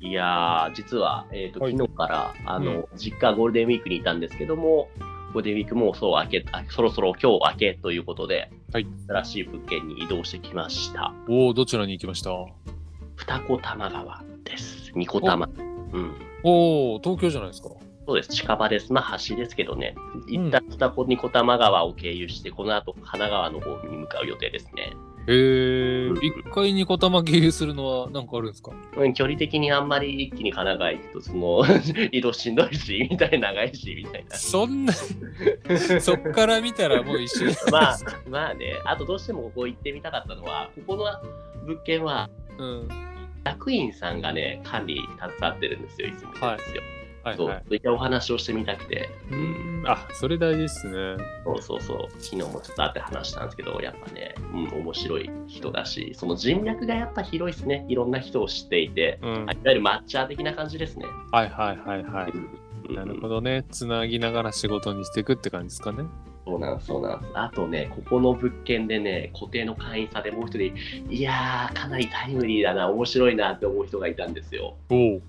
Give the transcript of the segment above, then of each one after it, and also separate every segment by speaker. Speaker 1: いやー、実は、えーと
Speaker 2: はい
Speaker 1: 昨日からあの、
Speaker 2: う
Speaker 1: 実家ゴールデンウィークにいたんですけども、ゴールデンウィークもそう明けあそろそろ今日明けということで、
Speaker 2: はい
Speaker 1: 新しい物件に移動してきました。
Speaker 2: おお、どちらに行きました
Speaker 1: 二子玉川です。二子玉。うん。
Speaker 2: おお、東京じゃないですか。
Speaker 1: そうです。近場です。まあ、橋ですけどね。
Speaker 2: ん
Speaker 1: 一旦二子二子玉川を経由して、この後神奈川の方に向かう予定ですね。
Speaker 2: へえ
Speaker 1: うん、
Speaker 2: 一回二子玉経由するのは何かあるんですか
Speaker 1: うん、距離的にあんまり一気に神奈川行くと、その、 移動しんどいし、みたいな長いし、みたい な。
Speaker 2: そんな、そっから見たらもう一緒。
Speaker 1: まあ、まあね、あとどうしてもここ行ってみたかったのは、ここの物件は、
Speaker 2: うん。
Speaker 1: 役員さんがね、管理に携わってるんですよ、いつも言ってるんですよ。
Speaker 2: はい
Speaker 1: そう、
Speaker 2: はい。
Speaker 1: そういったお話をしてみたくて、
Speaker 2: うーんあ、それ大事ですね。
Speaker 1: そうそうそう、昨日もちょっと会って話したんですけど、やっぱね、うん、面白い人だし、その人脈がやっぱ広いですね、いろんな人を知っていて、
Speaker 2: うん。
Speaker 1: いわゆる抹茶的な感じですね。
Speaker 2: はいはいはいはい。
Speaker 1: うん
Speaker 2: なるほどね。つなぎながら仕事にしていくって感じですかね。
Speaker 1: そうなんそうなんあとね、ここの物件でね、固定の会員さんでもう一人、いやー、かなりタイムリーだな、面白いなって思う人がいたんですよ。
Speaker 2: おお。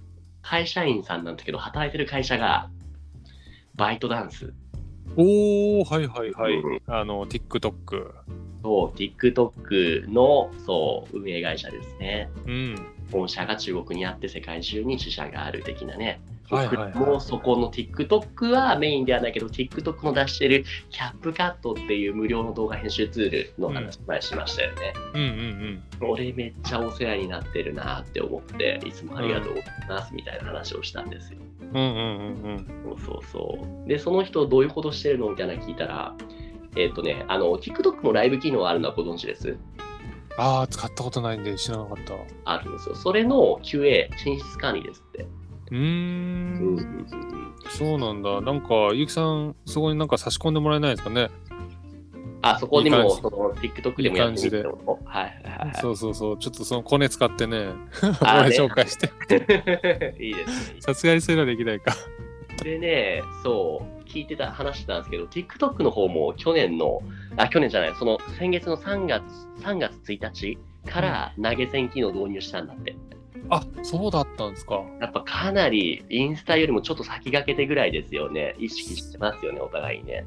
Speaker 1: 会社員さんなんだけど、働いてる会社が、バイトダンス。
Speaker 2: おお、はいはいはいうあの、TikTok。
Speaker 1: と TikTok のそう運営会社ですね。
Speaker 2: うん。
Speaker 1: 本社が中国にあって、世界中に支社がある的なね。
Speaker 2: はいはいはい
Speaker 1: もうそこの TikTok はメインではないけど、TikTok の出してるキャップカットっていう無料の動画編集ツールの話、前しましたよね。
Speaker 2: うんうん
Speaker 1: 俺めっちゃお世話になってるなって思っていつもありがとうございますみたいな話をしたんですよ。
Speaker 2: うん。うんうんうんう
Speaker 1: そ
Speaker 2: ん。
Speaker 1: うそうそうでその人どういうことしてるのみたいなの聞いたらえっ、とねあの TikTok もライブ機能あるのはご存知です
Speaker 2: ああ、使ったことないんで知らなかった。う
Speaker 1: あるんですよ。それの QA 進出管理ですって。
Speaker 2: ーん。
Speaker 1: ん、
Speaker 2: そうなんだ。なんか、ゆきさん、そこになんか差し込んでもらえないですかね。
Speaker 1: あそこにも
Speaker 2: いい感じ
Speaker 1: その TikTok でもやってみてもはいはい はい
Speaker 2: そうそうそう。ちょっとそのコネ使ってね、
Speaker 1: あー
Speaker 2: 俺紹介して。
Speaker 1: いいですね。
Speaker 2: さすがにそういうのはできないか。
Speaker 1: でね、そう、聞いてた、話してたんですけど、TikTok の方も去年の、あ、去年じゃない、その先月の3月、3月1日から投げ銭機能導入したんだって。
Speaker 2: あ、そうだったんですか。
Speaker 1: やっぱかなりインスタよりもちょっと先駆けてぐらいですよね。意識してますよね、お互いにね。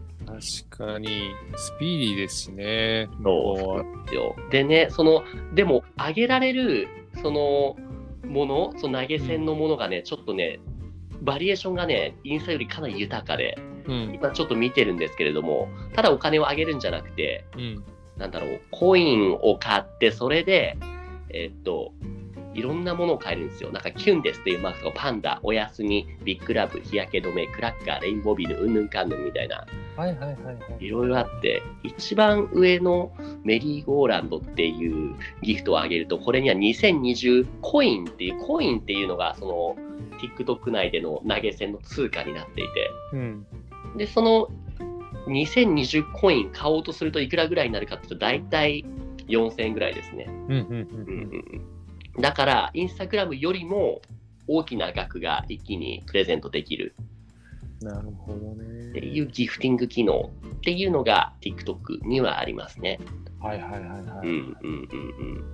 Speaker 2: 確かに、スピーディーですしね。
Speaker 1: そう
Speaker 2: 向こは
Speaker 1: よでね、その、でも、上げられる、その、もの、その投げ銭のものがね、ちょっとね、バリエーションがね、インスタよりかなり豊かで、
Speaker 2: うん。
Speaker 1: 今ちょっと見てるんですけれども、ただお金を上げるんじゃなくて、
Speaker 2: うん。
Speaker 1: なんだろう、コインを買って、それで、えっと、いろんなものを買えるんですよ。なんか、キュンですっていうマークとか、パンダ、おやすみ、ビッグラブ、日焼け止め、クラッカー、レインボービール、うんぬんかんぬんみたいな、
Speaker 2: はいはいはいはい。
Speaker 1: いろいろあって、一番上のメリーゴーランドっていうギフトをあげると、これには2020コインっていう、コインっていうのが、その、TikTok 内での投げ銭の通貨になっていて、
Speaker 2: うん。
Speaker 1: で、その2020コイン買おうとするといくらぐらいになるかっていうと、大体4000円ぐらいですね。
Speaker 2: うんうんうんうん。
Speaker 1: だから、インスタグラムよりも大きな額が一気にプレゼントできる
Speaker 2: なるほど
Speaker 1: って
Speaker 2: ね。
Speaker 1: いうギフティング機能っていうのが TikTok にはありますね。
Speaker 2: はいはいはいは
Speaker 1: う
Speaker 2: い。
Speaker 1: んうんうんうん。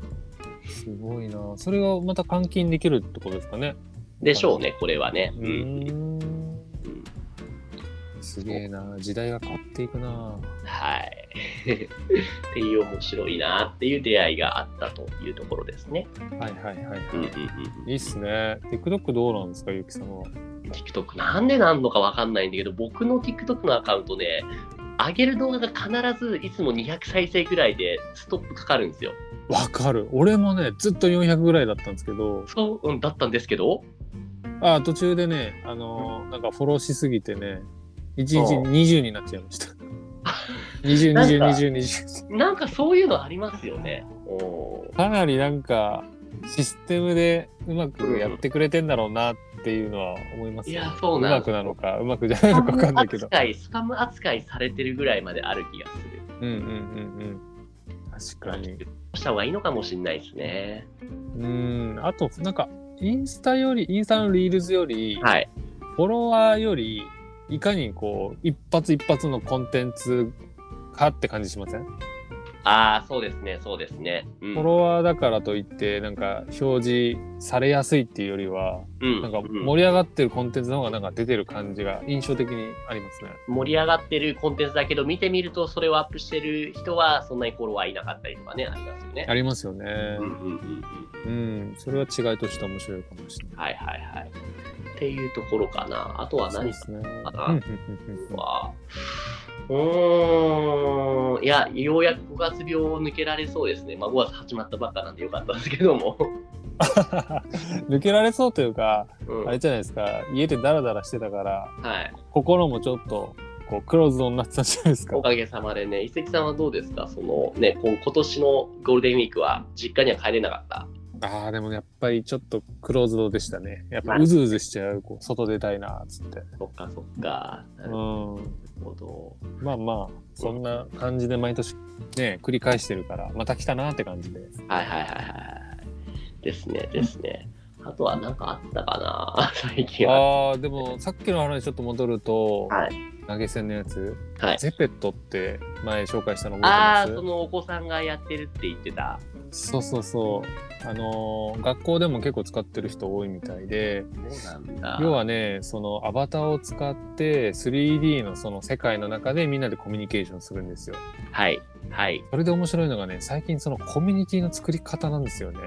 Speaker 2: すごいな。それがまた換金できるってことですかね。
Speaker 1: でしょうね、これはね。
Speaker 2: う
Speaker 1: うん
Speaker 2: ー
Speaker 1: うん
Speaker 2: ん。すげえな。時代が変わっていくな。
Speaker 1: はい。 っていう面白いなっていう出会いがあったというところですね。
Speaker 2: はいはいはいはい。
Speaker 1: うんうん
Speaker 2: いいっすね。TikTok どうなんですか、ゆきさんは。
Speaker 1: うん、TikTok なんでなんのかわかんないんだけど、僕の TikTok のアカウントね、上げる動画が必ずいつも200再生ぐらいでストップかかるんですよ。
Speaker 2: わかる。俺もね、ずっと400ぐらいだったんですけど、
Speaker 1: そう、うん、だったんですけど、
Speaker 2: あ途中でね、あのーなんかフォローしすぎてね、1日20になっちゃいました。20、
Speaker 1: なんか
Speaker 2: 20、20、20。
Speaker 1: なんかそういうのありますよね。おー
Speaker 2: かなりなんか、システムでうまくやってくれてんだろうなっていうのは思います
Speaker 1: い
Speaker 2: ね。
Speaker 1: や、そう
Speaker 2: う
Speaker 1: な
Speaker 2: ま
Speaker 1: ん
Speaker 2: く
Speaker 1: です
Speaker 2: なのか、うまくじゃないのかわかんないけど
Speaker 1: ス。カム扱い、スパム扱いされてるぐらいまである気がする。
Speaker 2: うんうんうんうん。確かに。
Speaker 1: した方がいいのかもしれないですね。
Speaker 2: うん。あと、なんか、インスタより、インスタのリールズより、
Speaker 1: はい。
Speaker 2: フォロワーよりいかにこう一発一発のコンテンツかって感じしません
Speaker 1: ああ、そうですね、そうですね。うん
Speaker 2: フォロワーだからといってなんか表示されやすいっていうよりは
Speaker 1: うん
Speaker 2: なんか
Speaker 1: うん
Speaker 2: 盛り上がってるコンテンツの方がなんか出てる感じが印象的にありますね。
Speaker 1: 盛り上がってるコンテンツだけど、見てみると、それをアップしてる人は、そんなにフォロワーいなかったりとかね、ありますよね。
Speaker 2: ありますよね
Speaker 1: うん。うんうんうん
Speaker 2: うん、それは違いとして面白いかもしれない。
Speaker 1: はいはいはい。っていうところかな。あとは
Speaker 2: そう
Speaker 1: 何
Speaker 2: で
Speaker 1: か
Speaker 2: すね。
Speaker 1: かな
Speaker 2: うんうんうんうん
Speaker 1: は、うーん、いや、ようやく5月病を抜けられそうですね。まあ、5月始まったばっかなんでよかったんですけど も。
Speaker 2: 抜けられそうというか、
Speaker 1: うん、
Speaker 2: あ
Speaker 1: は
Speaker 2: れ
Speaker 1: い。
Speaker 2: じゃないですか、家でダラダラしてたから、心もちょっとこうクローズドになってたんじゃないですか
Speaker 1: お。かげさまでね、一石さんはどうですかそのね、こ今年のゴールデンウィークは実家には帰れなかった。
Speaker 2: ああ、でもやっぱりちょっとクローズドでしたね。やっぱうずうずしちゃう、こう外出たいな、つって。
Speaker 1: そっかそっか。な
Speaker 2: う
Speaker 1: る
Speaker 2: ん。
Speaker 1: ほど。
Speaker 2: まあまあそんな感じで毎年ね繰り返してるからまた来たなって感じで
Speaker 1: はいはいはいはい。ですね、ですね。あとは何かあったかな最近は。
Speaker 2: ああでもさっきの話ちょっと戻ると、
Speaker 1: は
Speaker 2: 投げ銭のやつ、
Speaker 1: はい
Speaker 2: ゼペットって前紹介したの
Speaker 1: あ
Speaker 2: 覚
Speaker 1: あ、
Speaker 2: えて
Speaker 1: そ
Speaker 2: ま
Speaker 1: のお子さんがやってるって言ってた。
Speaker 2: すそうそうそうあのー学校でも結構使ってる人多いみたいで
Speaker 1: そうなんだ。
Speaker 2: 要はねそのアバターを使って 3D のその世界の中でみんなでコミュニケーションするんですよ
Speaker 1: はい、はい。
Speaker 2: それで面白いのがね最近そのコミュニティの作り方なんですよね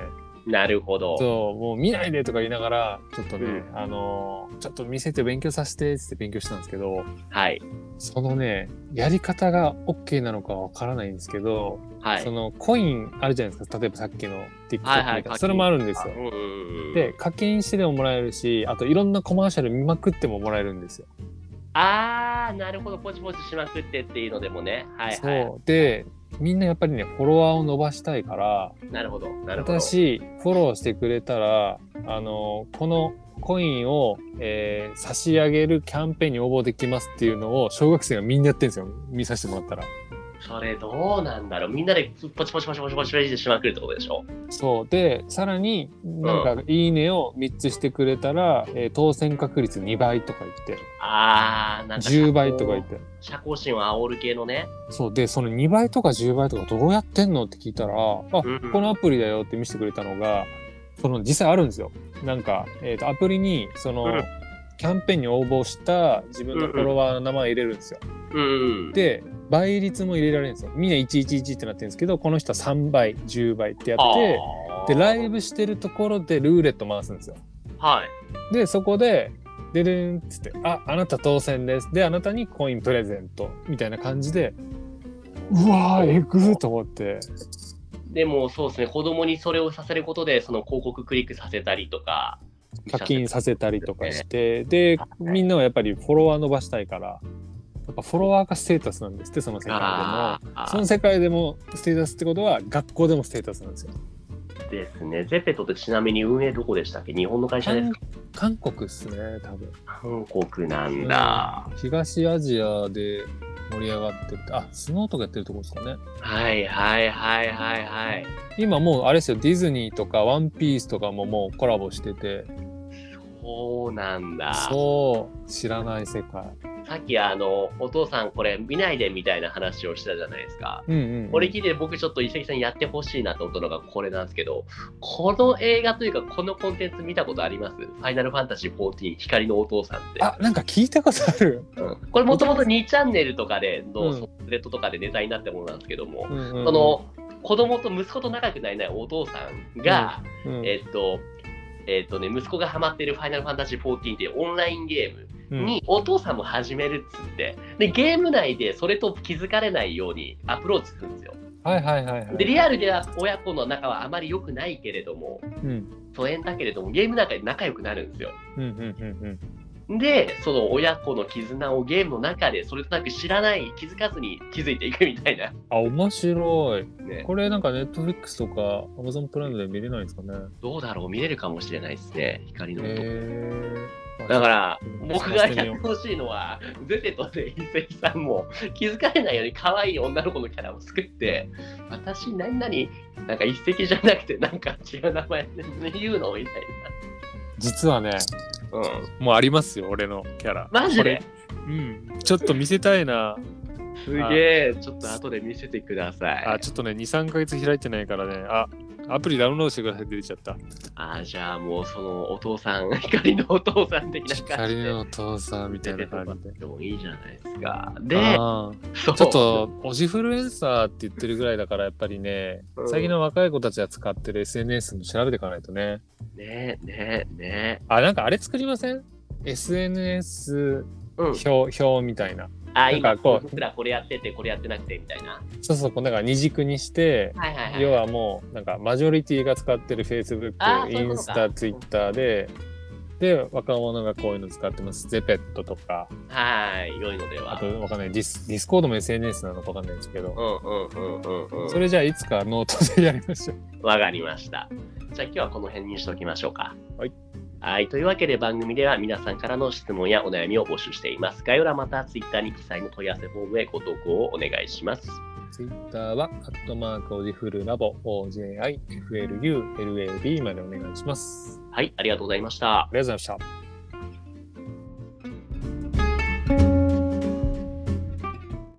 Speaker 1: なるほど。
Speaker 2: そう、もう見ないでとか言いながら、ちょっとね、
Speaker 1: う
Speaker 2: あのー、ちょっと見せて勉強させてっつって勉強したんですけど、
Speaker 1: はい、
Speaker 2: そのね、やり方が OK なのかわからないんですけど、
Speaker 1: はい。
Speaker 2: そのコインあるじゃないですか、例えばさっきの TikTok みた
Speaker 1: はい
Speaker 2: いな、
Speaker 1: はい課金
Speaker 2: それもあるんですよ。
Speaker 1: うんうんうん
Speaker 2: で、課金してでももらえるし、あといろんなコマーシャル見まくってももらえるんですよ。
Speaker 1: ああ、なるほど、ポチポチしまくってっていうのでもね。はい、は
Speaker 2: そう。で、みんなやっぱりね、フォロワーを伸ばしたいから、
Speaker 1: い。なるほど、なるほど。
Speaker 2: 私フォローしてくれたらあのこのコインを、えー差し上げるキャンペーンに応募できますっていうのを小学生がみんなやってるんですよ見させてもらったら
Speaker 1: それどうなんだろう。みんなでポチポチポチポチポチポチしまくるってことでしょ。
Speaker 2: そうでさらになんか「いいね」を3つしてくれたら、えー当選確率2倍とか言って
Speaker 1: ああ、なんか。
Speaker 2: 10倍とか言って
Speaker 1: 社交心を煽る系のね。
Speaker 2: そうでその2倍とか10倍とかどうやってんのって聞いたら「あこ
Speaker 1: うんうん
Speaker 2: のアプリだよ」って見せてくれたのがその実際あるんですよ。なんか、えー、とアプリにその、
Speaker 1: うん
Speaker 2: キャンペーンに応募した自分のフォロワーの名前入れるんですよ。
Speaker 1: うんうん。
Speaker 2: で倍率も入れられるんですよ。みんな111ってなってるんですけどこの人は3倍10倍ってや
Speaker 1: あ
Speaker 2: って
Speaker 1: ー
Speaker 2: でライブしてるところでルーレット回すんですよ。
Speaker 1: はい。
Speaker 2: でそこで「でるん」っつって「ああなた当選です」であなたにコインプレゼントみたいな感じでうわーエグーと思って
Speaker 1: でもそうですね、子供にそれをさせることで、その広告クリックさせたりとか。
Speaker 2: 課金させたりとかしてでみんなはやっぱりフォロワー伸ばしたいからやっぱフォロワーがステータスなんですってその世界でも
Speaker 1: あ。あ
Speaker 2: その世界でもステータスってことは学校でもステータスなんですよ。
Speaker 1: ですね。ゼペトってちなみに運営どこでしたっけ日本の会社ですか
Speaker 2: 韓国っすね多分。
Speaker 1: 韓国なんだ。
Speaker 2: 東アジアで盛り上がってるあスノーとかやってるとこですかね。
Speaker 1: はいはいはいはいはい。
Speaker 2: 今もうあれですよディズニーとかワンピースとかももうコラボしてて
Speaker 1: そうなんだ。
Speaker 2: そう知らない世界。
Speaker 1: さっきあの、お父さんこれ見ないでみたいな話をしたじゃないですか。
Speaker 2: うんうん、うん。
Speaker 1: これ聞いて僕ちょっと一石さんにやってほしいなと思ったのがこれなんですけど、この映画というかこのコンテンツ見たことありますファイナルファンタジー14光のお父さんって。
Speaker 2: あなんか聞いたことある。
Speaker 1: うんこれもともと2チャンネルとかで
Speaker 2: う
Speaker 1: の
Speaker 2: ん
Speaker 1: ソフレットとかでネタになったものなんですけども、
Speaker 2: うんうんうん
Speaker 1: そ、の子供と息子と仲良くなれないお父さんが、
Speaker 2: うん
Speaker 1: えっと、えっとね、息子がハマってる「ファイナルファンタジー14」っていうオンラインゲームにお父さんも始めるっつって、でゲーム内でそれと気づかれないようにアプローチするんですよ。
Speaker 2: うん、はいはいはいはい。
Speaker 1: でリアルでは親子の仲はあまり良くないけれども
Speaker 2: うん
Speaker 1: 疎遠だけれどもゲームの中で仲良くなるんですよ。
Speaker 2: うんうんうんうん。
Speaker 1: でその親子の絆をゲームの中でそれとなく知らない気づかずに気づいていくみたいな。
Speaker 2: あ面白い。
Speaker 1: ね、
Speaker 2: これなんかネットフリックスとか Amazon プライムで見れないんですかね。
Speaker 1: どうだろう見れるかもしれないですね光の音。
Speaker 2: へえ。
Speaker 1: だから
Speaker 2: うん
Speaker 1: 僕がやってほしいのは、ゼテとで伊勢さんも気づかれないように可愛い女の子のキャラを作って、私、何々、なんか一石じゃなくて、なんか違う名前で言うのみたい
Speaker 2: 実はね、
Speaker 1: な。うん。
Speaker 2: もうありますよ、俺のキャラ。
Speaker 1: マジ
Speaker 2: これ
Speaker 1: で
Speaker 2: うん。ちょっと見せたいな。
Speaker 1: すげえ、ちょっと後で見せてください。
Speaker 2: あ、ちょっとね、2、3ヶ月開いてないからね、あ、アプリダウンロードしてくださいって出ちゃった。
Speaker 1: あーじゃあもうそのお父さん、 光のお父さん的な感じ
Speaker 2: 光
Speaker 1: で
Speaker 2: のお父さんみた
Speaker 1: 出
Speaker 2: い
Speaker 1: て
Speaker 2: な
Speaker 1: とか
Speaker 2: 感じで。
Speaker 1: でもいいじゃないですか。で、
Speaker 2: あー
Speaker 1: そう
Speaker 2: ちょっとオジフルエンサーって言ってるぐらいだからやっぱりね、
Speaker 1: うん
Speaker 2: 最近の若い子たちが使ってる SNS も調べていかないとね
Speaker 1: ねねね
Speaker 2: あなんかあれ作りません ?SNS
Speaker 1: うん。
Speaker 2: 表,、表みたいな
Speaker 1: あ、
Speaker 2: な
Speaker 1: 今
Speaker 2: んかこう
Speaker 1: 僕らこれやってて、これやってなくてみたいな。
Speaker 2: そうそうこうなんか二軸にして
Speaker 1: はいはいはい。
Speaker 2: 要はもうなんかマジョリティが使ってる Facebook、
Speaker 1: あーそういうことか
Speaker 2: Instagram、Twitter でで若者がこういうの使ってますゼペットとか
Speaker 1: はい、良いので
Speaker 2: あ
Speaker 1: は。
Speaker 2: とわかんないディスディスコードも SNS なのかわかんないですけど
Speaker 1: うんうんうんうんうん。
Speaker 2: それじゃあいつかノートでやりましょう
Speaker 1: わかりました。じゃあ今日はこの辺にしておきましょうか。
Speaker 2: はい。
Speaker 1: はい。というわけで番組では皆さんからの質問やお悩みを募集しています。概要欄または Twitter に記載の問い合わせフォームへご投稿をお願いします。
Speaker 2: ツイッターは、アットマークオジフルラボ、OJIFLULAB までお願いします。
Speaker 1: はい。ありがとうございました。
Speaker 2: ありがとうございました。